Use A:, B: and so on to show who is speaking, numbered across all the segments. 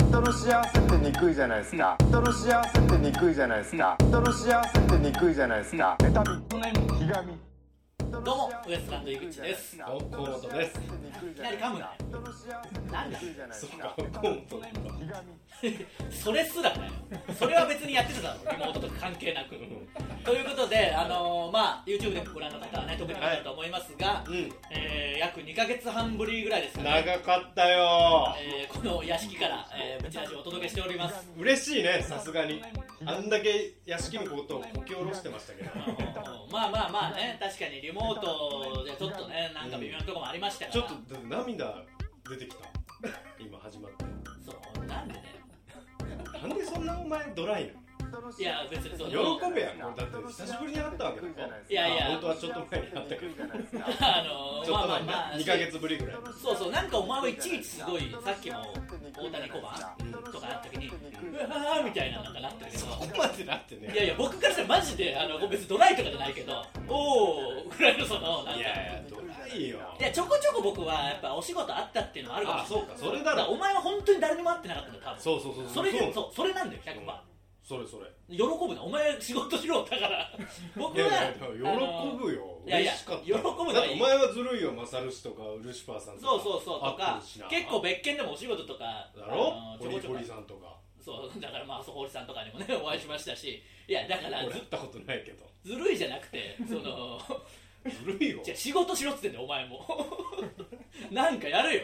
A: 人の幸せってにくいじゃないですか人の幸せってにくいじゃないですか人の幸せってにくいじゃないですか妬みひがみどう
B: どうもウエストランド井口です
A: どうも河本ですいき
B: なり噛むな
A: 人の幸せってにくいじゃないです
C: そう
A: か
C: か河本なんだ
A: ひがみ
B: それすらねそれは別にやってただろリモートとか関係なくということで、あのーまあ、YouTube でご覧の方はね特に分かると思いますが、
C: うん
B: えー約2か月半ぶりぐらいですかね、
C: 長かったよ
B: えーこの屋敷から、えー、ブチラジをお届けしております
C: 嬉しいねさすがにあんだけ屋敷のことをこき下ろしてましたけど
B: まあまあまあね確かにリモートでちょっとねなんか微妙なところもありましたか
C: ちょ
B: ら
C: っと涙出てきた今始まって
B: そうなんでね
C: なんでそんなお前ドライ
B: いや別にそう
C: なの喜べやもうだって久しぶりに会ったわけだろ
B: いやいや
C: あ本当はちょっと前に会ったけどちょっ
B: あのー
C: と
B: まあまあ
C: 前に
B: まあ
C: 2ヶ月ぶりぐらい
B: そうそうなんかお前はいちいちすごいさっきも大谷小判とかあった時にうわーみたいななんかなったけど
C: ここまでなってね
B: いやいや僕からしたらマジであの別にドライとかじゃないけどおおぐらいのそのなんか
C: いやいやドライよ
B: いやちょこちょこ僕はやっぱお仕事あったっていうのはあるかも
C: あ
B: しれ
C: そ
B: な
C: う
B: い
C: かそれだ
B: から
C: ろ
B: お前は本当に誰にも会ってなかったんだ多分
C: そうそうそう
B: それで
C: う
B: そうそれなんだよ100%、
C: それそれ
B: 喜ぶなお前仕事しろだから僕
C: いや
B: はい
C: やでも喜
B: ぶ
C: ぶよ
B: いやいや
C: 嬉しかった
B: 喜ぶのはいい
C: だってお前はずるいよマサル氏とかウルシファーさんとか
B: そうそうそうと
C: 会っ
B: か
C: てるしな
B: 結構別件でもお仕事とか
C: だろ
B: あの
C: ホ
B: ちょ
C: リ
B: こちょ
C: ホ
B: こ
C: リさんとか
B: そうだからまあそこ堀さんとかにもね お会いしましたしいやだからず
C: 俺会ったことないけど
B: ずるいじゃなくてそ の
C: ずるいよ
B: じゃあ仕事しろっつってんだよお前も なんかやるよ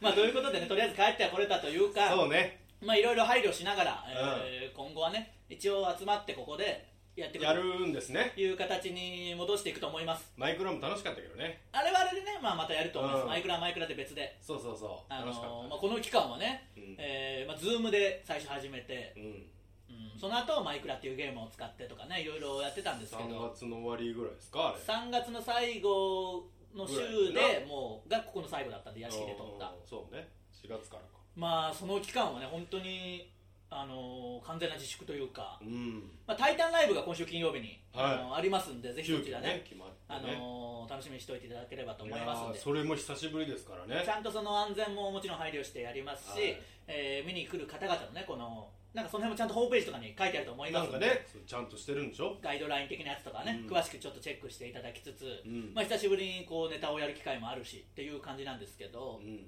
B: まあということでねとりあえず帰ってはこれたというか
C: そうね
B: まあいろいろ配慮しながら、えー今後はね一応集まってここでやっていく
C: やるんですね
B: という形に戻していくと思います
C: マイクラも楽しかったけどね
B: あれはあれでね、まあ、またやると思います、
C: うん
B: マイクラはマイクラで別で、
C: そうそうそう
B: あ
C: 楽しか
B: のーまあ、
C: っ
B: この期間はね、
C: うん
B: えーまあ、Zoom で最初始めて
C: た、うん
B: うん、その後マイクラっていうゲームを使ってとかねいろいろやってたんですけ
C: 3
B: ど
C: 月の終わりぐらいですかあれ
B: 3月の最後の週
C: ぐらい
B: でもうがここの最後だったんで屋敷で撮った
C: うんそうね4月からか
B: まあその期間はね本当にあのー完全な自粛というか
C: うん
B: 「まあ、タイタンライブ」が今週金曜日に、あ
C: はい
B: のーありますんでぜひそちらね
C: 急遽決ま
B: あ
C: ってね
B: のー楽しみにしておいていただければと
C: い
B: 思い
C: や
B: ますん
C: ー
B: で
C: それも久しぶりですからね
B: ちゃんとその安全ももちろん配慮してやりますし、
C: はい
B: えー見に来る方々のねこのなんかその辺もちゃんとホームページとかに書いてあると思いま
C: な
B: す
C: ん
B: の
C: か
B: で、
C: ねそうちゃんとしてるんでしょ
B: ガイドライン的なやつとかね、
C: うん
B: 詳しくちょっとチェックしていただきつつ、
C: うん
B: まあ、久しぶりにこうネタをやる機会もあるしっていう感じなんですけど
C: う、ん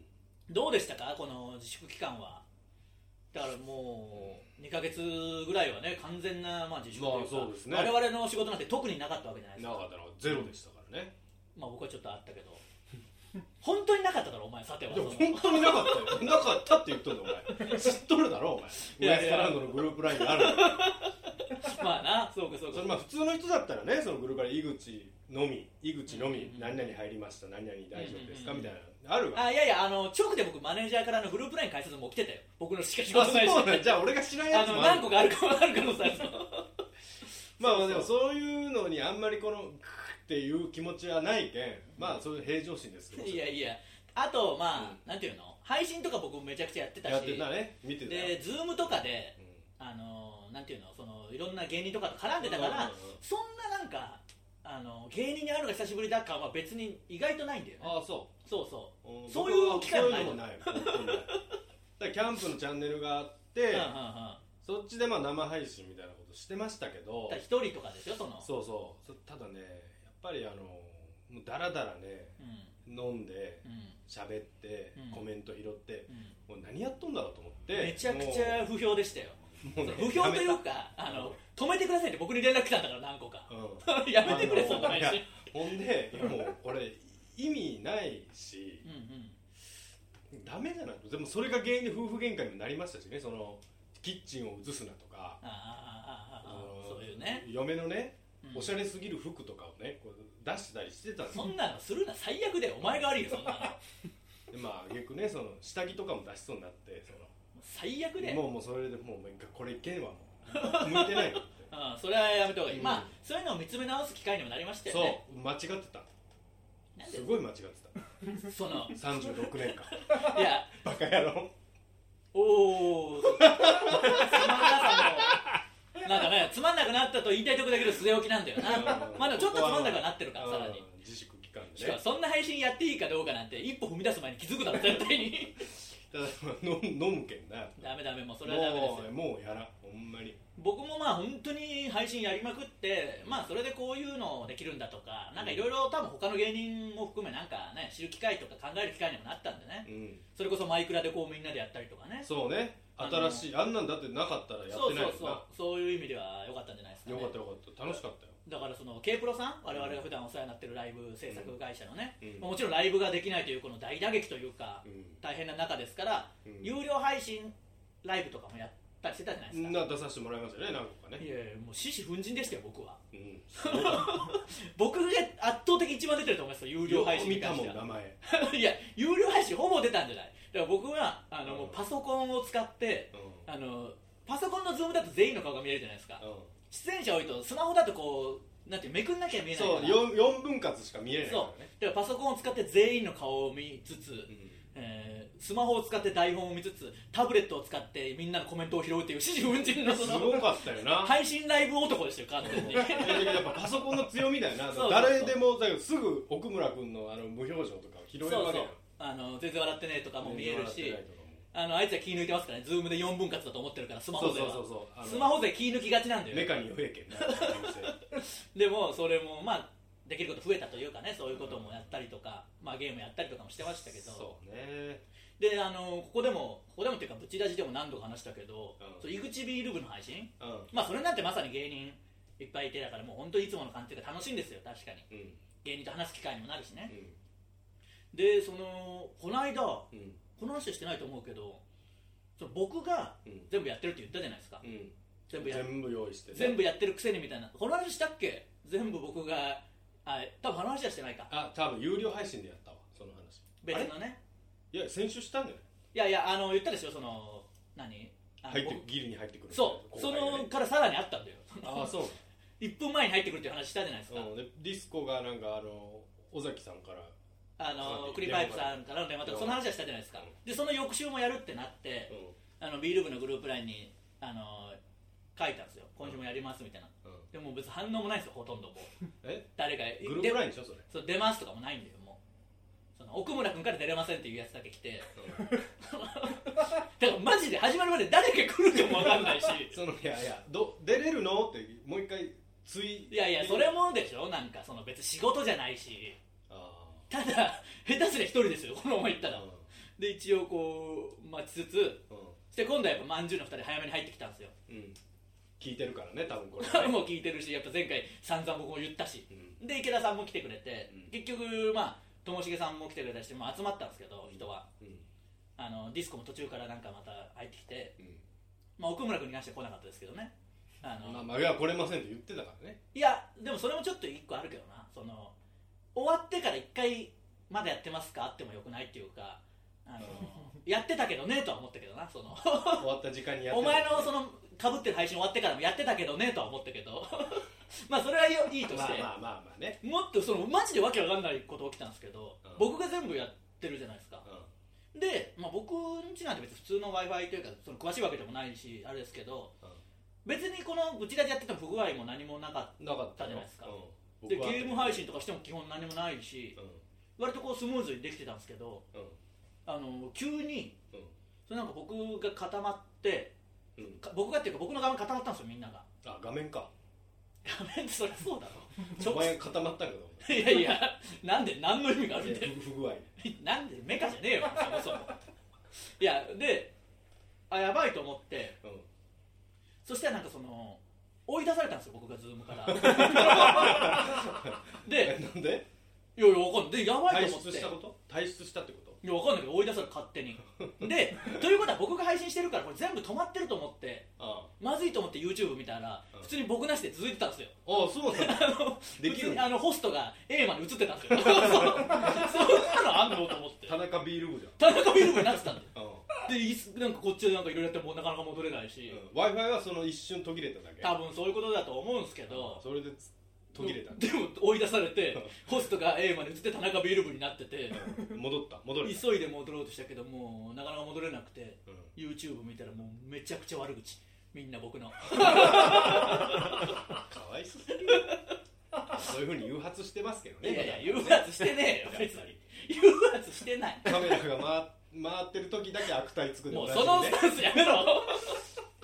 B: どうでしたかこの自粛期間はだからもう2か月ぐらいはね完全なまあ自粛というか、
C: まあそうですね
B: 我々の仕事なんて特になかったわけじゃないです
C: な
B: か
C: かったのゼロでしたからね
B: まあ僕はちょっとあったけど本当になかっただろお前さては
C: でも
B: その
C: 本当になかったよなかったって言っとんだお前知っとるだろお前
B: いやいや
C: ウエストランドのグループラインがあるんだよ
B: まあなそうかそうか
C: それまあ普通の人だったらねそのグループライン井口のみ井口の
B: うんうん
C: み
B: うん
C: 何々入りました何々大丈夫ですか
B: うんうん
C: み
B: う
C: た
B: ん
C: いなあるわ
B: あいやいやあの直で僕マネージャーからのグループライン解説も来てたよ僕のしか仕
C: あ
B: 事ないし
C: そうなんじゃあ俺が知らん や
B: あ
C: つ
B: の
C: もあ
B: 何
C: る
B: 個かあるかもあるかもさその
C: まあまあでもそういうのにあんまりこのクッっていう気持ちはないけんまあそういう平常心ですけど
B: いやいやあとまあ、なんていうの配信とか僕めちゃくちゃやってたし
C: やってたね見てたよ
B: でズームとかで
C: うん
B: あのなんていうのそのいろんな芸人とかと絡んでたから、
C: うんうんうん
B: そんななんかあの芸人に会うのが久しぶりだ感は別に意外とないんだよね
C: ああそう
B: そうそ
C: うん
B: そういう機会もない
C: そういうのもない本当にないだからキャンプのチャンネルがあって、
B: う、うんうんうん、だか
C: そっちでまあ生配信みたいなことしてましたけど
B: ら一人とかでしょその
C: そうそうそただねやっぱりあのもうダラダラね
B: うん
C: 飲んで
B: うん
C: 喋って、
B: うん
C: コメント拾って
B: うん
C: もう何やっとんだろうと思って
B: めちゃくちゃ不評でしたよ
C: もうもうね
B: 不評とい
C: や
B: うかあの止めてくださいって僕に連絡来たんだから何個か
C: めたうん
B: やめてくれそんな
C: あのいや
B: 話
C: ほんでいやもうこれ意味ないし
B: うんうん
C: ダメじゃないでもそれが原因で夫婦喧嘩にもなりましたしねそのキッチンを移すなとか
B: ああああああ
C: あ
B: ああ
C: の
B: そういうね
C: 嫁のね、
B: うん
C: おしゃれすぎる服とかをねこう出してたりしてたんです
B: そ
C: よ
B: んなのするな最悪だよお前が悪いよそんなの
C: でまあ逆ねその下着とかも出しそうになってそ
B: 最悪だ
C: の
B: よ
C: もうもうそれでもうなんかこれいけんわもう向いてないわ っ
B: うん、それはやめた方がいい、
C: うん
B: まあそういうのを見つめ直す機会にもなりました
C: て
B: よ
C: そう
B: ね
C: 間違ってた
B: なんです
C: ごい間違って
B: その
C: た36年間
B: いや
C: バカ野郎
B: おおなんかねつまんなくなったと言いたいとこだけど据え置きなんだよな まあでもちょっとつまんなくはなってるからさらに
C: うん自粛期間
B: し
C: で
B: かも
C: ね
B: そんな配信やっていいかどうかなんて一歩踏み出す前に気づくだろ絶対に
C: ただまあ飲む飲むけんな
B: ダメダメもうそれはダメです
C: も
B: よ
C: うもうやらんほんまに
B: 僕もまあ本当に配信やりまくって、まあ、それでこういうのできるんだとかなんかいろいろ多分他の芸人も含めなんかね知る機会とか考える機会にもなったんでね
C: うん
B: それこそマイクラでこうみんなでやったりとかね
C: そうね新しいあんなんだってなかったらやっ
B: そ
C: て
B: う
C: な
B: そ
C: い
B: う
C: もん
B: そう
C: な
B: そういう意味では良かったんじゃないですか、ね、
C: よかったよかった楽しかったよ
B: だからその K プロさん我々が普段お世話になってるライブ制作会社のね、
C: うん
B: まあもちろんライブができないというこの大打撃というか、
C: う
B: 大変な中ですから、
C: うん
B: 有料配信ライブとかもやったりしてたじゃないですか、
C: んな出させてもらいましたよね何個か
B: い
C: ね
B: やいやもう獅子奮陣でしたよ僕は
C: うん
B: 僕が圧倒的に一番出てると思います よ有料配信に
C: 見た
B: 関して
C: もん名
B: は
C: 前
B: いや有料配信ほぼ出たんじゃないだから僕はあの、
C: うん
B: もうパソコンを使って
C: うん
B: あのパソコンのズームだと全員の顔が見えるじゃないですか
C: うん
B: 出演者多いとスマホだとこうなんてめくんなきゃ見えない
C: そう
B: から
C: よん四分割しか見えないか
B: そう
C: らね
B: だからパソコンを使って全員の顔を見つつ、
C: うん
B: えースマホを使って台本を見つつタブレットを使ってみんなのコメントを拾うっていう指示運賃のそ
C: す
B: の
C: ごかったよ な
B: 配信ライブ男でしたよ完全に
C: いやいややっぱパソコンの強みだよな
B: そうそう
C: 誰でもだからすぐ奥村君のあの無表情とか拾え
B: そう
C: る
B: そ
C: わ
B: う
C: けよ
B: あの全然笑ってねえとかも見えるし
C: 笑ってないとかも
B: あのあいつは気抜いてますからねズームで4分割だと思ってるからスマホ勢は
C: そうそうそうそうあの
B: スマホ勢気抜きがちなんだ
C: メ
B: よ
C: カに弱えけんな
B: でもそれもまあできること増えたというかねそういうこともやったりとか、まあ、ゲームやったりとかもしてましたけど
C: そうね
B: であのここでもここでもっていうかブチラジでも何度か話したけど、
C: うん
B: そう井口ビール部の配信
C: うん
B: まあそれなんてまさに芸人いっぱいいてだからもう本当にいつもの感じが楽しいんですよ確かに
C: うん
B: 芸人と話す機会にもなるしね、
C: うん
B: でそのこの間こ
C: うん
B: の話してないと思うけどその僕が
C: うん
B: 全部やってるって言ったじゃないですか、
C: うん
B: 全部や
C: 全部用意してね
B: 全部やってるくせにみたいなこの話したっけ全部僕があ多分あの話はしてないか
C: あ多分有料配信でやったわその話
B: 別
C: あれ
B: のね
C: いや先週したんじゃない
B: いやいやあの言ったでしょその何あの
C: 入っ
B: 僕
C: てギリに入ってくる
B: そう、
C: 後
B: そ
C: 輩が
B: の
C: ね
B: からさらにあったんだよ
C: ああそう
B: 1分前に入ってくるっていう話したじゃないですか、
C: うんでディスコがなんかあの尾崎さんから
B: あ
C: は
B: の
C: い
B: クリパイプさんからの電話とかその話はしたじゃないですか
C: うん
B: でその翌週もやるってなって
C: う
B: あのビール部のグループラインにあの書いたんですよ今週もやりますみたいなん
C: うん
B: でも別に反応もないんですよほとんどもう
C: え
B: 誰か
C: グループライン
B: で
C: でしょそれ
B: そう出ますとかもないんだよもうその奥村君から出れませんっていうやつだけ来てだからマジで始まるまで誰が来るかも分かん ないし
C: そのいやいやど出れるのってもう一回つい
B: いやいやそれもでしょなんかその別に仕事じゃないし
C: あ
B: ただ下手すりゃ一人ですよこのまま行った
C: あ
B: らで一応こう待ちつつ
C: う
B: そして今度はやっぱまんじゅうの2人早めに入ってきたんですよ
C: んうん聞いてるからね多分これね
B: もう聞いてるしやっぱ前回散々僕も言ったし
C: うん
B: で池田さんも来てくれて、
C: うん
B: 結局まあともしげさんも来てくれたりして、まあ、集まったんですけど人は
C: うん
B: あのディスコも途中からなんかまた入ってきて、
C: うん
B: まあ、奥村君に関しては来なかったですけどねあの、
C: まあまあいや来れませんって言ってたから ね
B: いやでもそれもちょっと一個あるけどなその終わってから1回まだやってますかあってもよくないっていうか あのやってたけどねとは思ったけどなその
C: 終わった時間にやって
B: お前のそ
C: の
B: のかぶってる配信終わってからもやってたけどねとは思ったけど まあそれはいいいいと
C: ま
B: し
C: あ
B: て、
C: まあまあまあね
B: もっとそのマジでわけわかんないこと起きたんですけど、
C: うん
B: 僕が全部やってるじゃないですか
C: うん
B: で、まあ、僕んちなんて別に普通の w i f i というかその詳しいわけでもないしあれですけど別にこのうちらでやってても不具合も何もなかっ
C: なかった
B: たじゃないですか
C: う
B: た
C: ん
B: でゲ
C: 僕は
B: ーム配信とかしても基本何もないし
C: うん
B: 割とこうスムーズにできてたんですけど
C: うん
B: あの急に
C: うん
B: それなんか僕が固まって
C: うん
B: か僕がっていうか僕の画面固まったんですよみんなが
C: あ画面か
B: 画面ってそりゃそうだ ろ
C: お前固まったけど
B: いやいや、 なんで、何の意味があ
C: お
B: る
C: 前
B: んだよ。
C: 不具合
B: なんで、メカじゃねえよ、そもそも。いや、で、あ、やばいと思って、
C: うん
B: そしたらなんかその、追い出されたんですよ、僕がズーム から。
C: え
B: で、
C: なんで
B: いやいや、わかんない。で、やばい
C: 退
B: と思って。
C: 出したこと退出したってこと
B: いや、わかんないけど、追い出された、勝手に。で、ということは僕が配信してるから、これ全部止まってると思って、
C: あ
B: まずいと思って YouTube 見たら
C: う、ん
B: 普通に僕なしで続いてたんですよ。
C: あああそうなんだ
B: あの
C: で
B: 普
C: き
B: 通
C: る
B: に
C: ん
B: あ
C: だ
B: のホストが A まで映ってたんですよ。 そうそんなのあんのと思って。
C: 田中ビール部じゃん
B: 田中ビルムになってたんだよ
C: うん
B: でいつなんかこっちでなんかいろいろやってもなかなか戻れないし、
C: w i f i はその一瞬途切れただけ
B: 多分そういうことだと思うんですけど
C: それでつ途切れた
B: でも追い出されて ホストが A まで移って田中ビルムになってて
C: 戻った戻れた
B: 急いで戻ろうとしたけどもうなかなか戻れなくて
C: うん
B: YouTube 見たらもうめちゃくちゃ悪口みんな僕 の
C: かわいそうすぎるそういうふうに誘発してますけど
B: い
C: ね
B: やいや
C: まだ
B: 誘 発してねえよ別に誘発してない
C: カメラが回ってる時だけ悪態つくで
B: も
C: お
B: う
C: な
B: その
C: じ
B: ス
C: みね
B: タンスやめ ろ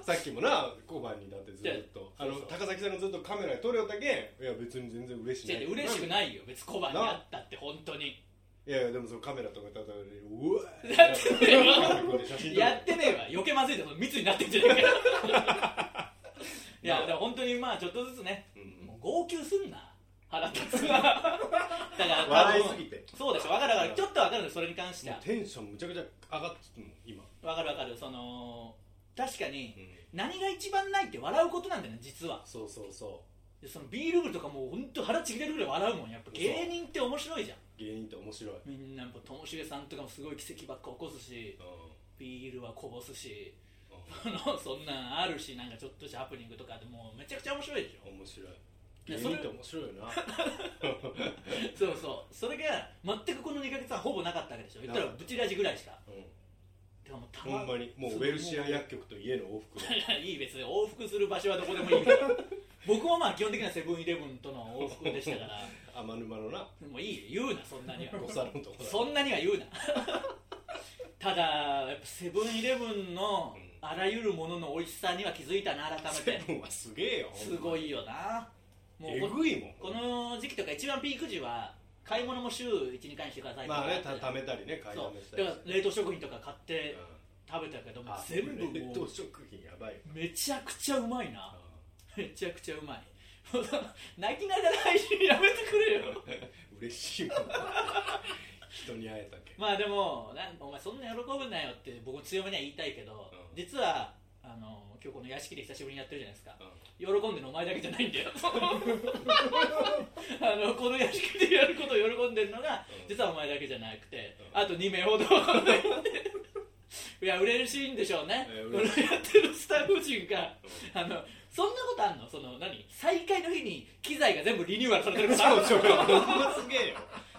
C: さっきもな小判にだってずっとあ
B: いや
C: の
B: そうそう
C: 高崎さんのずっとカメラで撮れよったけんいや別に全然嬉しい
B: 違う違う嬉しく
C: い
B: ないよ別に小判にあったって本当に
C: いやいやでもそのカメラとかたたられるうわー
B: やってねえわ
C: 写真撮る
B: やってねえわ余計まずいでその密になってんじゃねえかよ いやでも本当にまあちょっとずつね
C: うんうん
B: もう号泣すんな腹立つ なだから
C: 笑い
B: 多分
C: すぎて
B: そうでしょ分かる分かるちょっと分かるそれに関して
C: も
B: は
C: うテンションむちゃくちゃ上がってるもん今、
B: 分かる分かるその確かに
C: うん
B: 何が一番ないって笑うことなんだよね実は
C: そうそうそ
B: でそのビール部とかもう本当腹ちぎれるぐらい笑うもんやっぱ芸人って面白いじゃん
C: う芸人って面白い、うん、
B: みんなやっぱともしげさんとかもすごい奇跡ばっか起こすしビールはこぼすし あのそんなんあるしなんかちょっとしたハプニングとかでもうめちゃくちゃ面白いでしょ
C: 面白い
B: い
C: 芸
B: やそれ
C: 人って面白いよな
B: そうそうそれが全くこの2ヶ月はほぼなかったわけでしょ言ったらブチラジぐらいしか
C: う
B: でもた
C: ん、ほんまにもうウェルシア薬局と家の往復
B: いやいい別に往復する場所はどこでもいいから 僕もまあ基本的にはセブンイレブンとの往復でしたから
C: 天沼のな
B: もういいよ言うなそんなには
C: お皿のとこだ
B: そんなには言うなただやっぱセブンイレブンの
C: うん
B: あらゆるものの美味しさには気づいたな改めて
C: セブンはすげえよ
B: すごいよなも
C: え
B: うこ
C: ぐいもん
B: この時期とか一番ピーク時は買い物も週12回してくださいとか
C: まあねた貯めたりね買い
B: そ
C: だめし
B: う
C: たり
B: だか
C: して
B: ら冷凍食品とか買って
C: うん
B: 食べたけども
C: あ
B: 全部
C: 冷
B: も
C: 凍
B: う
C: 食品やばいよ
B: めちゃくちゃうまいな めちゃくちゃうまい泣きながら配信やめてくれよ
C: 嬉しいもん人に会えたけ
B: まあでもなんかお前そんな喜ぶなよって僕も強めには言いたいけど、
C: うん
B: 実はあの今日この屋敷で久しぶりにやってるじゃないですか
C: うん
B: 喜んでるのお前だけじゃないん だよ あのこの屋敷でやることを喜んでるのが、
C: うん
B: 実はお前だけじゃなくて、
C: うん
B: あと2名ほど いや嬉しいんでしょうね、
C: えー
B: このや
C: 嬉
B: ってるスタッフ陣があのそんなことあんのその何再開の日に機材が全部リニューアルされてるから
C: そうそうほんますげえよ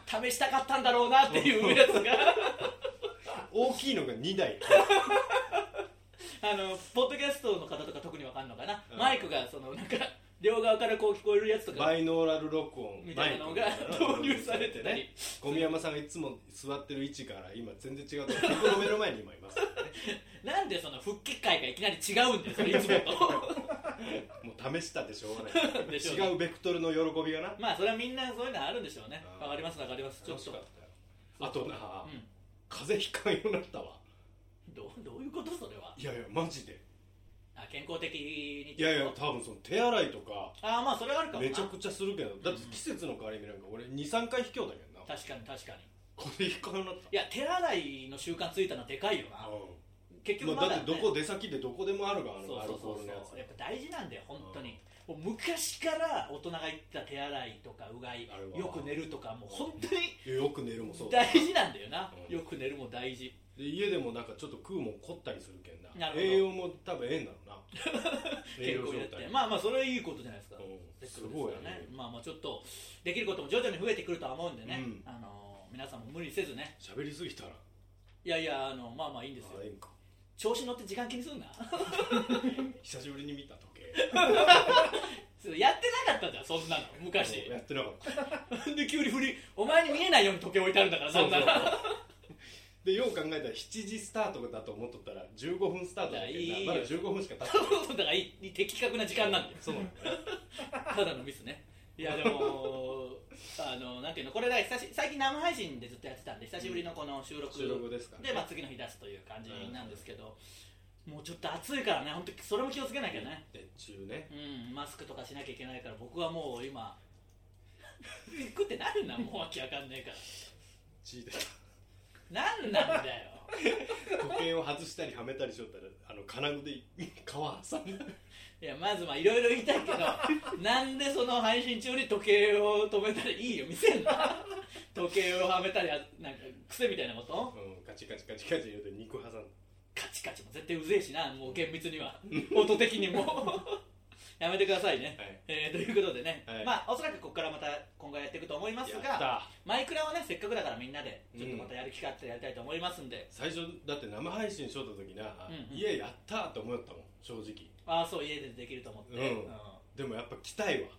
B: 試したかったんだろうなっていうやつが
C: 大きいのが2台
B: あのポッドキャストの方とか特にわかんのかな、
C: うん
B: マイクがそのなんか両側からこう聞こえるやつとか
C: バイノーラル録音
B: みたいなのが
C: マイクみたいなの
B: 導入されてたり
C: 小宮山さんがいつも座ってる位置から今全然違うとこ僕の目の前に今いますからね
B: なんでその復帰会がいきなり違うんだよそれいつもと
C: もう試したでしょうがない
B: でしょうね
C: 違うベクトルの喜びがな
B: まあそれはみんなそういうのあるんでしょうね
C: うん
B: わかりますわかりますちょ
C: 楽
B: っ
C: し
B: と
C: かったよあとな
B: うん
C: 風邪ひかんようになったわ
B: どうどういうことそれはい
C: やいやマジで
B: あ健康的に
C: いやいや多分その手洗いとか
B: ああまあそれはあるかもな
C: めちゃくちゃするけどだって季節の変わり目なんか俺23回卑怯だけ どな
B: 確かに確かに
C: 風邪ひかんようになった
B: いや手洗いの習慣ついたのはでかいよな
C: う
B: 結
C: ん
B: 局
C: ま
B: ま
C: あ、
B: だ、ね
C: だっ、てどこ出先でどこでもあるからあ
B: そう
C: のア
B: そ
C: ル
B: うそ
C: コー
B: う
C: ルのやつ
B: そうやっぱ大事なんだよ本当に、もう昔から大人が言ってた手洗いとかうがい
C: あれは
B: よく寝るとかもう本当に
C: いやよく寝るもそうだ
B: 大事なんだよな、
C: うん
B: よく寝るも大事
C: で家でもなんかちょっと食うもん凝ったりするけんな
B: なるほど
C: 栄養も多分ええんだろう な栄
B: 健
C: 養
B: 康に
C: 状
B: なって
C: 態
B: まあまあそれはいいことじゃないですか、
C: うん
B: せ
C: す
B: っかく
C: ごい
B: です
C: よ
B: から
C: ね
B: まあまあちょっとできることも徐々に増えてくるとは思うんでね、
C: うん
B: あの皆さんも無理せずね
C: 喋りすぎたら
B: いやいやあのまあまあいいんですよ
C: あええんか
B: 調子乗って時間気にすんな
C: 久しぶりに見た時計
B: やってなかったじゃんそん なの昔
C: もうやってなかった
B: で急に振りお前に見えないように時計置いてあるんだからそんなの
C: そうそうでよう考えたら7時スタートだと思っとったら15分スタートだけ
B: いやい
C: ど
B: い
C: まだ
B: よ
C: 15分しか経って ない
B: だからいい的確な時間なん だよ
C: そうなの
B: ただのミスねいやでも あのなんていうのこれだ久し最近生配信でずっとやってたんで久しぶりのこの収録
C: 収録ですからね
B: でまあ、次の日出すという感じなんですけど、もうちょっと暑いからね本当それも気をつけなきゃね
C: 熱中ね
B: うんマスクとかしなきゃいけないから僕はもう今 行くってなんなんもうわけわかんないか
C: 血で
B: らなんなんだよ
C: 時計を外したりはめたりしよったらあの金具で皮挟 んで
B: いやまずまあいろいろ言いたいけ どなんでその配信中に時計を止めたらいいよ見せんな時計をはめたりあなんか癖みたいなこと
C: うん、カチカチカチカチ言うて肉挟んで
B: カチカチも絶対うぜえしなもう厳密には音的にも やめてくださいね、
C: はい
B: えーということでね、
C: はい
B: まあおそらくここからまた今後やっていくと思います
C: やっ
B: が
C: た
B: マイクラはねせっかくだからみんなでちょっとまたやる機会あったらやりたいと思いますんで、
C: 最初だって生配信しよった時な、
B: うんうん
C: 家やったーって思ったもん正直
B: ああそう家でできると思って、
C: うんでもやっぱ来たいわ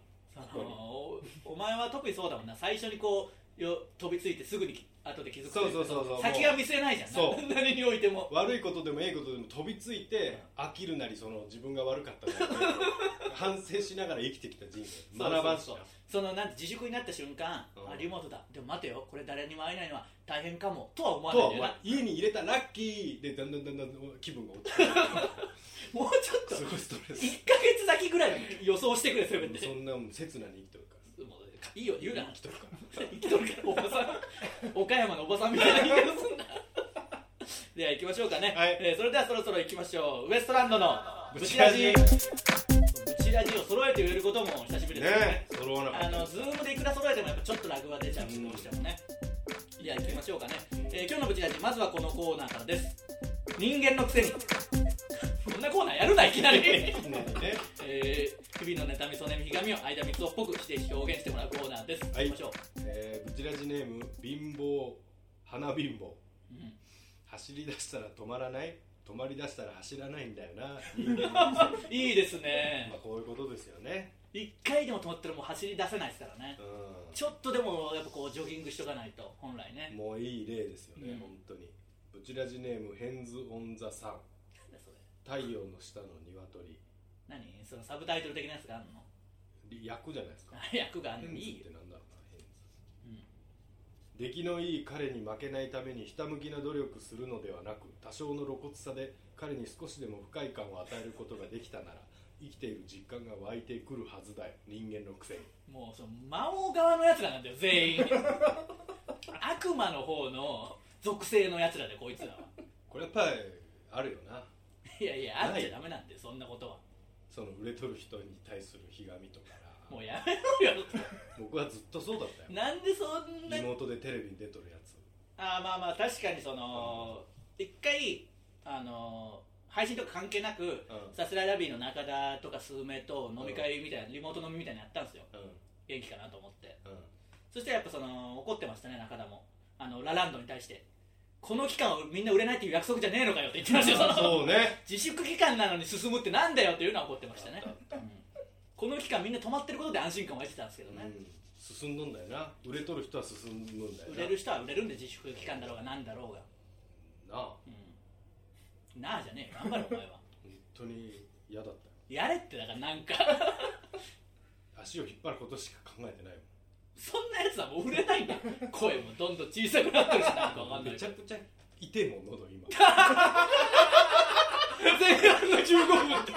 B: そのおお前は特にそうだもんな最初にこうよ飛びついてすぐに後で気づく
C: そうそうそうそう
B: 先が見せないじゃん
C: そう
B: 何においても
C: 悪いことでもええことでも飛びついて飽きるなりその自分が悪かったなり 反省しながら生きてきた人生学ばんし
B: そう
C: な
B: そうそうそのなんて自粛になった瞬間、
C: うん
B: あリモートだでも待てよこれ誰にも会えないのは大変かもとは思わ
C: と
B: ない
C: は
B: んだ
C: お
B: よ
C: 前
B: な
C: 家に入れたラッキーでだんだんだんだん気分が落ちてくる
B: もうちょっと
C: すごいストレス
B: 1ヶ月先ぐらい予想してくれせめて
C: そんなもん刹那に生きとるか
B: もういいよ言う
C: ら
B: な
C: 生きとるから
B: 生きとるからおば さん岡山のおばさんみたいな言い方すんなでは行きましょうかね、
C: はい
B: えーそれではそろそろ行きましょうウエストランドの ブ
C: ブ
B: チ
C: チ
B: ラ
C: ラ
B: ジ
C: ジ
B: ブチラジを揃えて言えることも久しぶりですね
C: ねえ揃わなか
B: あ
C: った
B: のズームでいくら揃えてもやっぱちょっとラグは出ちゃうしどうしてもねでは行きましょうかね、えー今日のブチラジまずはこのコーナーからです人間のくせに こんなコーナーやるないきな り
C: ねね
B: えー日々の妬み、そねみ、ひがみを間三つをっぽくして表現してもらうコーナーです。
C: はい
B: 行きましょ
C: えーブチラジネーム貧乏花貧乏
B: う。うん
C: 走り出したら止まらない止まり出したら走らないんだよな
B: いいですね
C: まあこういうことですよね
B: 一回でも止まったらもう走り出せないですからね
C: う
B: ちょっとでもやっぱこうジョギングしとかないと本来ね
C: んもういい例ですよね、
B: うん
C: 本当にブチラジネームヘンズ・オン・ザ・サン
B: なんだそれ
C: 太陽の下の鶏
B: 何そのサブタイトル的なやつがあるの
C: り役じゃないですか
B: 役があ
C: ヘ
B: る
C: ン
B: の
C: ズ
B: に
C: っ
B: いいよ
C: てなんだろうなヘンズ
B: うん
C: 出来のいい彼に負けないためにひたむきな努力するのではなく多少の露骨さで彼に少しでも不快感を与えることができたなら生きている実感が湧いてくるはずだよ人間のくせに
B: もうその魔王側のやつらなんだよ全 員悪魔の方の属性のやつらでこいつらは
C: これやっぱりあるよない
B: やいやあっ
C: ない
B: ちゃダメなんだよそんなことは
C: その売れとる人に対するひがみとかな
B: もうやめろ よ
C: 僕はずっとそうだったよ
B: なんでそんな
C: リモートでテレビに出とるやつ
B: あーまあまあ確かにその一回あの配信とか関係なく、さすらいラビーの中田とか数名と飲み会みたいな、リモート飲みみたいなのやったんですよ
C: うん
B: 元気かなと思って
C: うん
B: そしたらやっぱその怒ってましたね中田もあのラランドに対してこの期間はみんな売れないっていう約束じゃねえのかよって言ってましたよ その
C: そうね
B: 自粛期間なのに進むってなんだよっていうのは怒ってましたね、うんこの期間みんな止まってることで安心感を得てたんですけど
C: う
B: ね、
C: ん進んどんだよな売れとる人は進むんだよな
B: 売れる人は売れるんで自粛期間だろうがなんだろうが
C: なあ
B: うんなあじゃねえよ頑張れお前は
C: 本当に嫌だったよ
B: やれってだからなんか
C: 足を引っ張ることしか考えてない
B: そんなやつはもう売れないんだよ声もどんどん小さくなってるしなんかわ
C: も
B: か
C: ん
B: んない
C: め
B: け
C: ち
B: ど
C: ゃくちゃ痛いもん喉今
B: 前半の15分って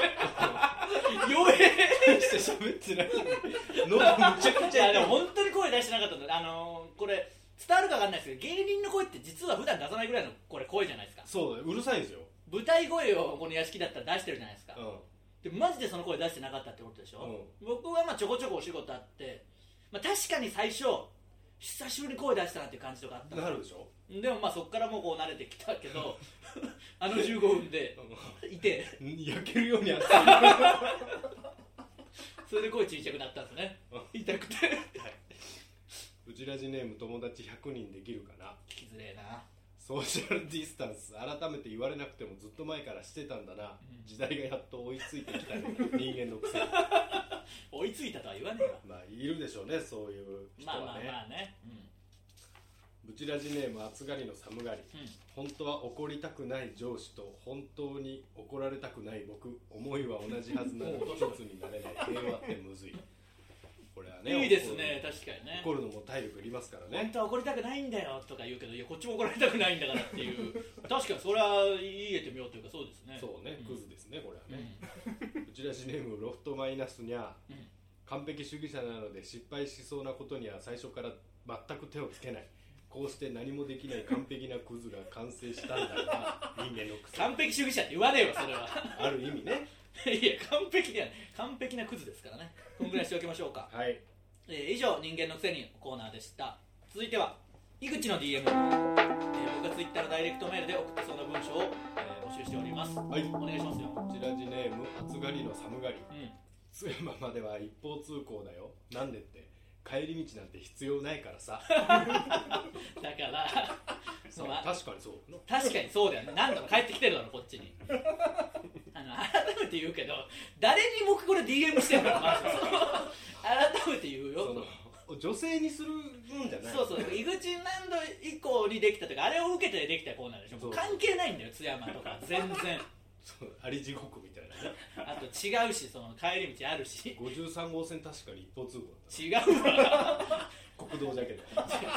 B: 弱え
C: 大して喋ってないのに喉むちゃく
B: い
C: ちゃ
B: やで
C: 痛い
B: も本当に声出してなかったんだあのー、これ伝わるかわかんないですけど芸人の声って実は普段出さないぐらいのこれ声じゃないですか
C: そうだようるさいんですよ
B: 舞台声をこの屋敷だったら出してるじゃないですか
C: うん
B: でマジでその声出してなかったってことでしょ、僕はまあちょこちょこお仕事あって、まあ、確かに最初久しぶりに声出したなっていう感じとかあった
C: なるでしょ
B: でもまあそこからもうこう慣れてきたけど あの15分でいて
C: うん焼けるように熱い
B: それで声小さくなったんですね痛くて
C: うちらじネーム友達100人できるかな
B: 聞きづれえな
C: ソーシャルディスタンス改めて言われなくてもずっと前からしてたんだな、
B: うん
C: 時代がやっと追いついてきたね人間の癖
B: 追いついたとは言わねえわ
C: まあいるでしょうねそういう人
B: ま
C: は
B: あ
C: ね、
B: まあまあね、う
C: ブチラジネーム暑がりの寒がり
B: んうん、
C: 本当は怒りたくない上司と本当に怒られたくない僕思いは同じはずなのに
B: おう
C: 一つになれない平和ってむずいこれはね
B: いいですね確かにね
C: 怒るのも体力いりますから
B: 本
C: ね
B: 当は怒りたくないんだよとか言うけどいやこっちも怒られたくないんだからっていう 確かにそれは言えてみようというかそうですね
C: そうね、
B: ん
C: クズですねこれは
B: うん
C: ね、うちらしネームロフトマイナスにゃ
B: うん
C: 完璧主義者なので失敗しそうなことには最初から全く手をつけないこうして何もできない完璧なクズが完成したんだが 人間のク
B: 完璧主義者って言わねえわそれは
C: ある意味ね
B: いや完璧ではない完璧なクズですからねこんぐらいしておきましょうか
C: はい
B: えー以上「人間のくせに」のコーナーでした続いては井口の DM、えー僕が Twitter のダイレクトメールで送ってそうな文章を、えー募集しております
C: はい
B: お願いしますよ、
C: うちらじネーム暑がりの寒がり
B: うん、
C: 津山までは一方通行だよなんでって帰り道なんて必要ないか らさ
B: だから そう
C: まあ確かにそうだな
B: 確かにそうだよね何度も帰ってきてるだろこっち にあの改めて言うけど誰に僕これ DM してんだろマジで改めて言う
C: そ
B: よ
C: の女性にするもんじゃない
B: そうそう井口何度以降にできたとかあれを受けてできたコーナーでしょもう関係ないんだよ津山と か全然
C: そうあり地獄みた いなね
B: あと違うしその帰り道あるし
C: 53号線確かに一方通行だった
B: 違うわ
C: な国道じゃ けど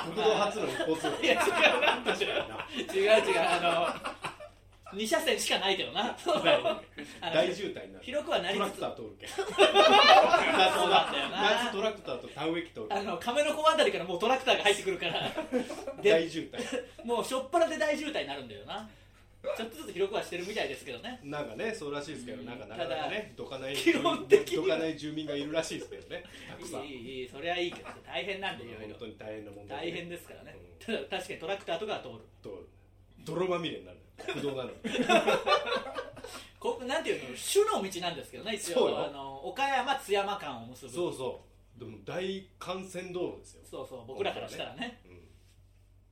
C: 国道初の一方通行
B: いや違うなんだし
C: だな
B: 違う違うあの2車線しかないけどなあの
C: 大渋滞になる
B: 広くはなり
C: トラ
B: つ
C: ク
B: つ
C: ター 通るけん
B: そうなんだよな
C: 夏トラクターと田植え機通る
B: あの亀の子あたりからもうトラクターが入ってくる からで
C: 大渋滞
B: もう初っ端で大渋滞になるんだよなちょっとずつ広くはしてるみたいですけどね
C: なんかね、そうらしいですけど、
B: うん
C: なんかなかなかね、どかない、
B: 基本的には
C: どかない住民がいるらしいですけどね、たくさん。
B: いいいいいいそりゃいいけど大変なんでいろい
C: 本
B: ろ
C: 当に大変な問題
B: 大変ですからねただ確かにトラクターとかは通る
C: と泥まみれになるのよ国道なのに
B: こうなんていうの主の道なんですけどね一
C: そう
B: 応
C: よ
B: あの岡山津山間を結ぶ
C: そうそうでも大幹線道路ですよ、
B: そうそう僕らからしたらね
C: うん、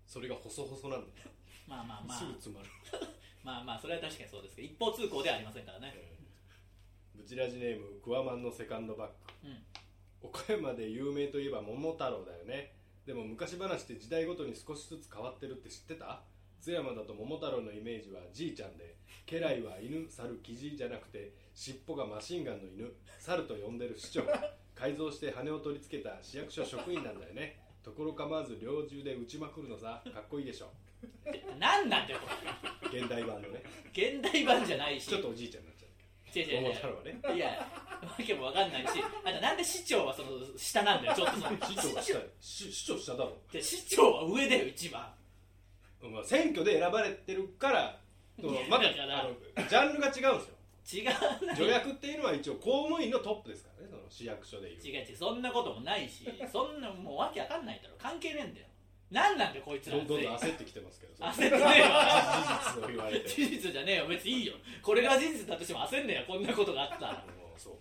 C: それが細々なんだよ、
B: まあまあまあ
C: すぐ詰まる、
B: まあまあそれは確かにそうですけど一方通行ではありませんからね
C: うんブチラジネームクワマンのセカンドバッグ
B: うん
C: 岡山で有名といえば桃太郎だよねでも昔話って時代ごとに少しずつ変わってるって知ってた津山だと桃太郎のイメージはじいちゃんで家来は犬猿キジじゃなくて尻尾がマシンガンの犬猿と呼んでる市長改造して羽を取り付けた市役所職員なんだよねところ構わず猟銃で撃ちまくるのさかっこいいでしょ
B: 何なんだよこ
C: 現代版のね
B: れ現代版じゃないし
C: ちょっとおじいちゃんになっちゃう
B: 違う
C: けど
B: 違う違
C: 桃
B: う
C: 太郎はね
B: いや、わけもわかんないし、あとなんで市長はその下なんだよ、ちょっとその
C: 市長が下だよ市市長下だろ
B: で市長は上だよ、一番。
C: まあ、選挙で選ばれてるから、そのまだ
B: だから
C: あのジャンルが違うんですよ。
B: 違うな
C: 助役っていうのは一応公務員のトップですからね、その市役所でいう。
B: 違う違う、そんなこともないし、そんなもうわけわかんないだろ、関係ねえんだよ。なんなんだよ、こいつらの
C: どんど
B: せ
C: ん
B: い
C: どん焦ってきてますけど、その
B: 焦っ
C: 事
B: てねえよ。
C: 実を言われて。
B: 事実じゃねえよ、別にいいよ。これが事実だとしても焦んねえよ、こんなことがあったら。
C: もうそう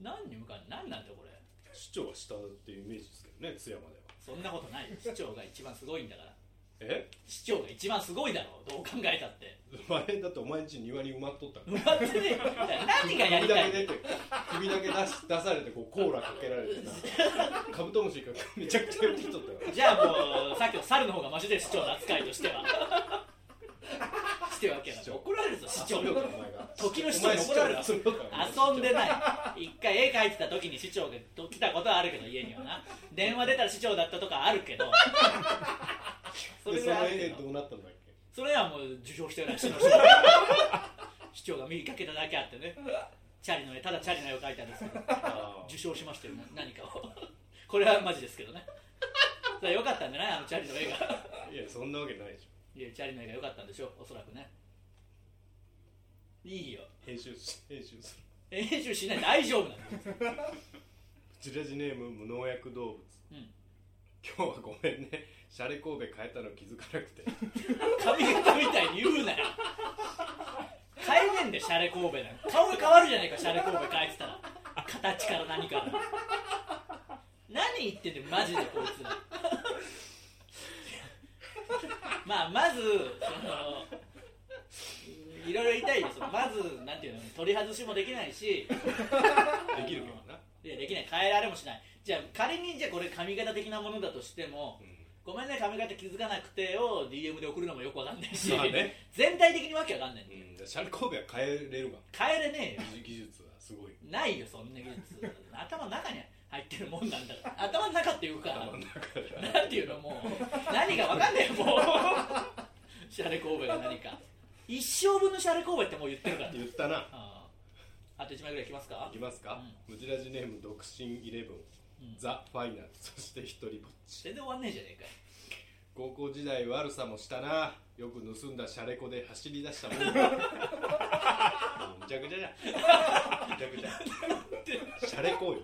B: 何に向かうなんなんだよ、これ。
C: 市長は下っていうイメージですけどね、津山では。
B: そんなことないよ、市長が一番すごいんだから。
C: え
B: 市長が一番すごいだろ、どう考えたって。
C: 前だってお前んち庭に埋まっとったから。
B: 埋まってねえよ。だから何がやり
C: 首だ
B: たい
C: け出て、首だけ出し出されて、こうコーラかけられてさ、カブトムシがめちゃくちゃ寄ってきとったから。
B: じゃあもうさっきの猿の方がマシで市長の扱いとしてはしてわけだ
C: 市長
B: 怒られるぞ市長
C: 遊びよったお前が。
B: 時の市長に怒られる
C: 遊びよったお前
B: 遊んでない一回絵描いてた時に市長が来たことはあるけど家にはな電話出たら市長だったとかあるけどそ
C: で
B: れ
C: そ
B: ぐらいあ
C: の
B: るけ
C: 絵
B: ど
C: どうなったんだっけ
B: それはもう受賞してない市長市長が見かけただけあってねチャリの絵ただチャリの絵を描いたんですけど受賞しましたよ何かをこれはマジですけどねそれは良かったんじゃないあのチャリの絵が
C: いやそんなわけないでしょ
B: いや、チャリの絵が良かったんでしょ、おそらくね。いいよ。
C: 編集し編集する
B: 編集しないで大丈夫なの。
C: プチラジネーム無農薬動物
B: うん。
C: 今日はごめんねシャレ神戸変えたの気づかなくて
B: 髪型みたいに言うなよ。変えねえんだよ、シャレ神戸なんか顔が変わるじゃないか、シャレ神戸変えてたら。形から何から。何言ってんだよ、マジでこいつら。まあ、まず、その、いろいろ言いたいよ。そのまず、なんていうの、取り外しもできないし、
C: できるけどな、
B: いやできない変えられもしないじゃあ仮にじゃあこれ髪型的なものだとしても「ごめんね髪型気づかなくて」を DM で送るのもよくわかんないし、
C: まあね
B: 全体的にわけわかんないん
C: う
B: だよ
C: んシャレ神戸は変えれるわ
B: 変えれねえよ
C: 技術技術はすごい
B: ないよそんな技術頭の中に入ってるもんなんだから頭の中っていうか
C: 頭の中で
B: なんていうのもう何がわかんないよもうシャレ神戸が何か一生分のシャレ神戸ってもう言ってるから
C: 言ったな
B: ああと1枚ぐらいいきますか
C: いきますか、ムジラジネーム独身イレブン、
B: うん
C: ザ・ファイナルそして一人ぼっち
B: 全然終わんねえじゃねえかよ
C: 高校時代悪さもしたなよく盗んだシャレ子で走り出したもんだもうむちゃくちゃじゃんむちゃくちゃシャレ子よ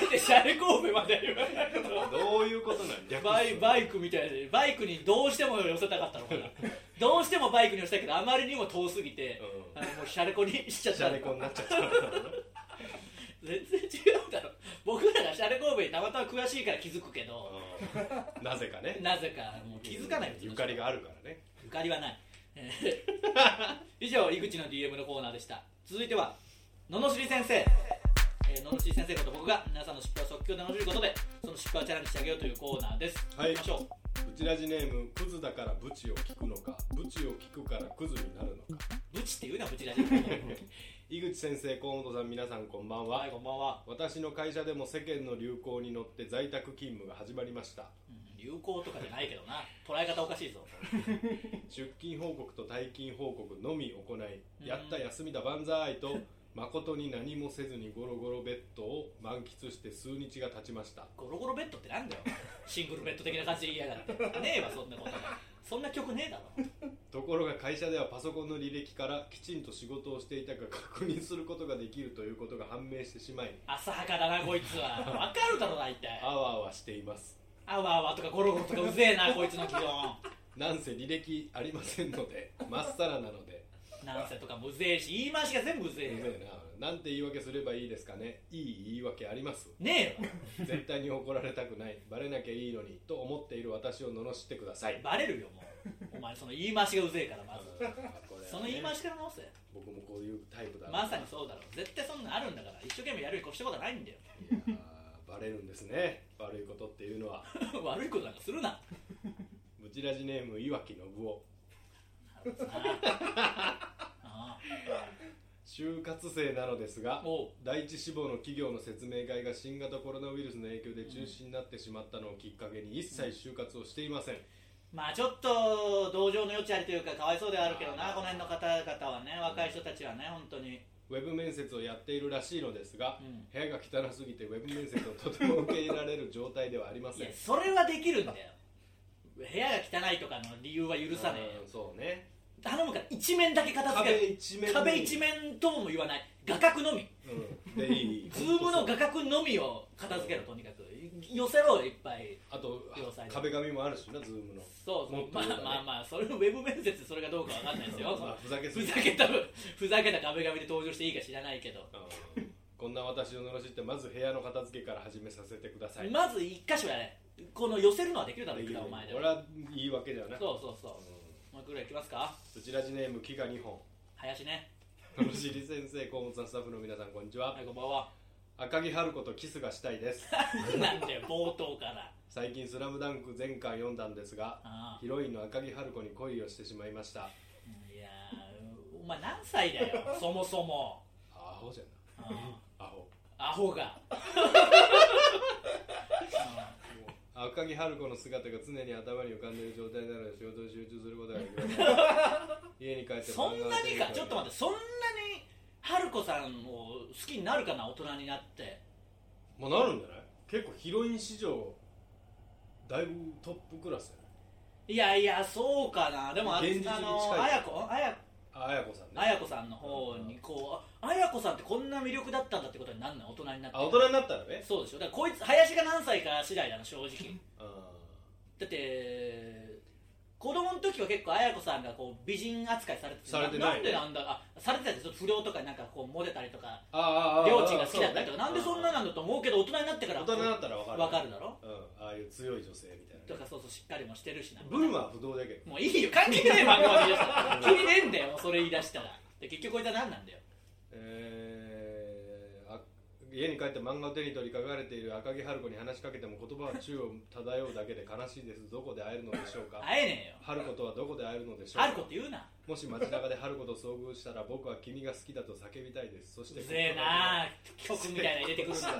B: せめてシャレ神戸までは言わないと
C: どういうことなん逆
B: バイバイクみたいでバイクにどうしても寄せたかったのかな どうしてもバイクに寄せたけどあまりにも遠すぎて、
C: う
B: あのもうシャレコにしちゃっ
C: シ
B: た
C: ャ
B: の
C: レコになっちゃった
B: 全然違うだろ僕らがシャレ神戸にたまたま詳しいから気づくけど、
C: なぜかね
B: なぜかもう気づかない
C: ゆかり
B: が
C: があるからね
B: ゆかりはない えー以上井口の DM のコーナーでした続いては罵り先生えー、野々市先生こと僕が皆さんの失敗を即興で楽しむことでその失敗をチャレンジしてあげようというコーナーです、
C: はい
B: 行きましょ
C: ブチラジネームクズだからブチを聞くのかブチを聞くからクズになるのか
B: うブチっていうなブチラジ は
C: 井口先生河本さん皆さんこんばんは、
B: いこんばんは、
C: 私の会社でも世間の流行に乗って在宅勤務が始まりました
B: うん、有効とかじゃないけどな捉え方おかしいぞ
C: 出勤報告と退勤報告のみ行いやった休みだ万歳と誠に何もせずにゴロゴロベッドを満喫して数日が経ちました
B: ゴロゴロベッドってなんだよシングルベッド的な感じで言いやがってねえわそんなことそんな曲ねえだろ
C: ところが会社ではパソコンの履歴からきちんと仕事をしていたか確認することができるということが判明してしまい
B: 浅はかだなこいつはわかるだろ大体
C: あわあわしています
B: あわあわとかゴロゴロとかうぜえなこいつの気温
C: なんせ履歴ありませんのでまっさらなので
B: なんせとかもうぜえし言い回しが全部うぜ
C: う
B: えよ
C: ぜえななんて言い訳すればいいですかねいい言い訳あります
B: ねえよ
C: 絶対に怒られたくないバレなきゃいいのにと思っている私を罵ってください
B: バレるよもうお前その言い回しがうぜえからまずその言い回
C: し
B: しから直せ
C: 僕もこういうタイプだな
B: まさにそうだろ絶対そんなんあるんだから一生懸命やるに越したことはないんだよ
C: いやーバレるんですね悪いことっていうのは
B: 悪いことなんかするな
C: ブチラジネームいわきのぶお
B: あ
C: 就活生なのですが
B: あおう
C: 第一志望の企業の説明会が新型コロナウイルスの影響で中止になってしまったのをきっかけに一切就活をしていません、
B: まあちょっと同情の余地ありというかかわいそうではあるけどなこの辺の方々はね若い人たちはね本当に
C: ウェブ面接をやっているらしいのですが、
B: うん
C: 部屋が汚すぎてウェブ面接をとても受け入れられる状態ではありま
B: い
C: せ
B: や
C: ん
B: それはできるんだよ部屋が汚いとかの理由は許さねえよ
C: うんそうね
B: 頼むから一面だけ片付け
C: 壁
B: る
C: 一面に
B: 壁一面とも言わない画角のみ
C: うんでいい
B: ズームの画角のみを片付けろとにかく寄せろよいっぱい
C: あと
B: 両サイド
C: 壁紙もあるしなズームの
B: そう
C: も
B: そ
C: っ
B: うまあ
C: と言うからね
B: まあまあそれウェブ面接それがどうかわかんないですよ
C: まあふざけす
B: ふ
C: ぎ
B: ざけたふざけた壁紙で登場していいか知らないけど
C: うんこんな私を罵ってまず部屋の片付けから始めさせてください
B: まず一箇所やれこの寄せるのはできるだろいくらお前でも
C: 俺は言い訳だよな
B: そうそうそう
C: う
B: もう一個ぐらいいきますか
C: んうちらじネーム木が2本
B: 林ね
C: 野尻先生河本さんスタッフの皆さんこんにちは
B: はいこんばんは
C: 赤木春子とキスがしたいです
B: なんだよ冒頭から
C: 最近「スラムダンク前回読んだんですが
B: ああ
C: ヒロインの赤木春子に恋をしてしまいました
B: いやーお前何歳だ よそもそも
C: アホじゃな
B: うん
C: アホ
B: アホ が
C: 赤木春子の姿が常に頭に浮かんでいる状態なので仕事に集中することができません家に帰って
B: そんなにかちょっと待っ
C: って
B: てそんなに春子さんを好きになるかな大人になって
C: まあなるんじゃない結構ヒロイン史上だいぶトップクラス
B: いやいやそうかなでもあ
C: 現実に近い
B: あの綾子綾
C: やねあやこさんね
B: 綾子さんの方にこうあ綾子さんってこんな魅力だったんだってことになんない大人になって
C: あ大人になったらね
B: そうでしょだからこいつ林が何歳か次第だな正 直
C: う
B: だって子供の時は結構綾子さんがこう美人扱いされて
C: されてない
B: んでなんだあされてたってちょっと不良とかなんかこうモテたりとか
C: ああああああ
B: 両親が好きだったりと
C: う
B: か、な
C: ね
B: んでそんななんだと思うけど大人になってから
C: 大人になったらわかる
B: わかるだろ
C: うんああいう強い女性みたい
B: と
C: な
B: かそうそうしっかりもしてるしな
C: ブルマは不動だけど
B: もういいよ関係ねえ漫画まで言い出した ら切れんだよもうそれ言い出したらで結局こいつは何なんだよ
C: えーあ家に帰って漫画を手に取りかがれている赤木春子に話しかけても言葉は宙を漂うだけで悲しいですどこで会えるのでしょうか
B: 会えねえよ
C: 春子とはどこで会えるのでしょうか
B: 春子って言うな
C: もし街中で春子と遭遇したら僕は君が好きだと叫びたいですそし
B: う
C: て
B: ぜえな曲みたいなの入れてくるな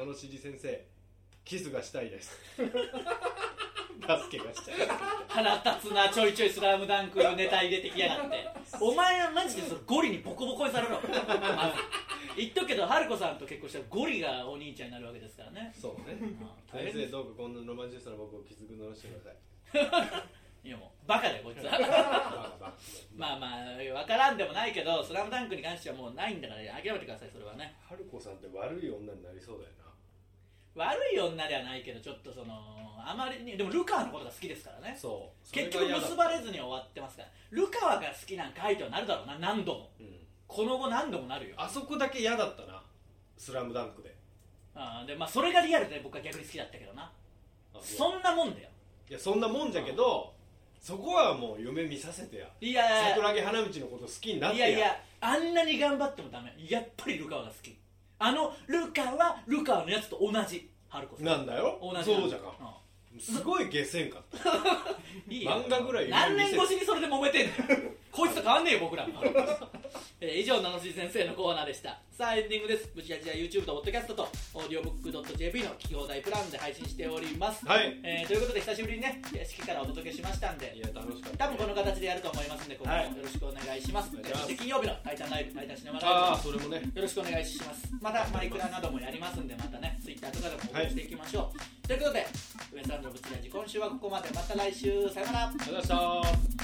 C: ののしり先生キスがしたいです 助けがしたいです
B: 腹立つなちょいちょい「スラムダンクネタ入れてきやがってお前はマジでそれゴリにボコボコにされろまず言っとくけど春子さんと結婚したらゴリがお兄ちゃんになるわけですからね
C: そうね
B: うん大
C: 先
B: 変
C: 生
B: です
C: どうかこんなロマンチストな僕を気づくのろしてくださ い
B: いやもうバカだよこいつは
C: バカバカ
B: まあまあ分からんでもないけど「スラムダンクに関してはもうないんだから諦めてくださいそれはね
C: 春子さんって悪い女になりそうだよ
B: 悪い女ではないけどちょっとそのあまりにでもルカワのことが好きですからね
C: なそう
B: 結局結ばれ
C: ず、
B: ずに終わってますからルカワが好きなんかいとはなるだろうな何度も
C: うん
B: この後何度もなるよ
C: あそこだけ嫌だったな「スラムダンクで
B: あーでまあそれがリアルで僕は逆に好きだったけどな
C: そ
B: そんなもんだよ
C: いやそんなもんじゃけどそこはもう夢見させてや
B: いや
C: 桜木花道のこと好きになっ
B: い
C: て
B: や
C: や
B: いやあんなに頑張ってもダメやっぱりルカワが好きあのルカはルカのやつと同じ春子さん
C: なんだよ
B: 同じ
C: そうじゃか、
B: う
C: すごい下せんかった
B: んいいよ
C: 漫画ぐらい
B: 何年越しにそれで揉めてんの こいつと変わんねえよ僕ら、 えー以上七し先生のコーナーでしたさあエンディングですブチラジは YouTube と Podcast と audiobook.jp の企業大プランで配信しております、
C: はい
B: えーということで久しぶりにね屋敷からお届けしましたんで
C: いや楽しかった
B: 多分この形でやると思いますんで今後も
C: はい
B: よろしくお願いします、
C: お願いします
B: そして金曜日の「タイタンライブ」「タイタンシネマライブ」
C: ああそれもね
B: よろしくお願いします。またマイクラなどもやりますんで、またね、ツイッターとかでも応援していきましょう。ということで、ウエストランドブチラジ、今週はここまで。また来週、さよなら。
C: ありがとうございました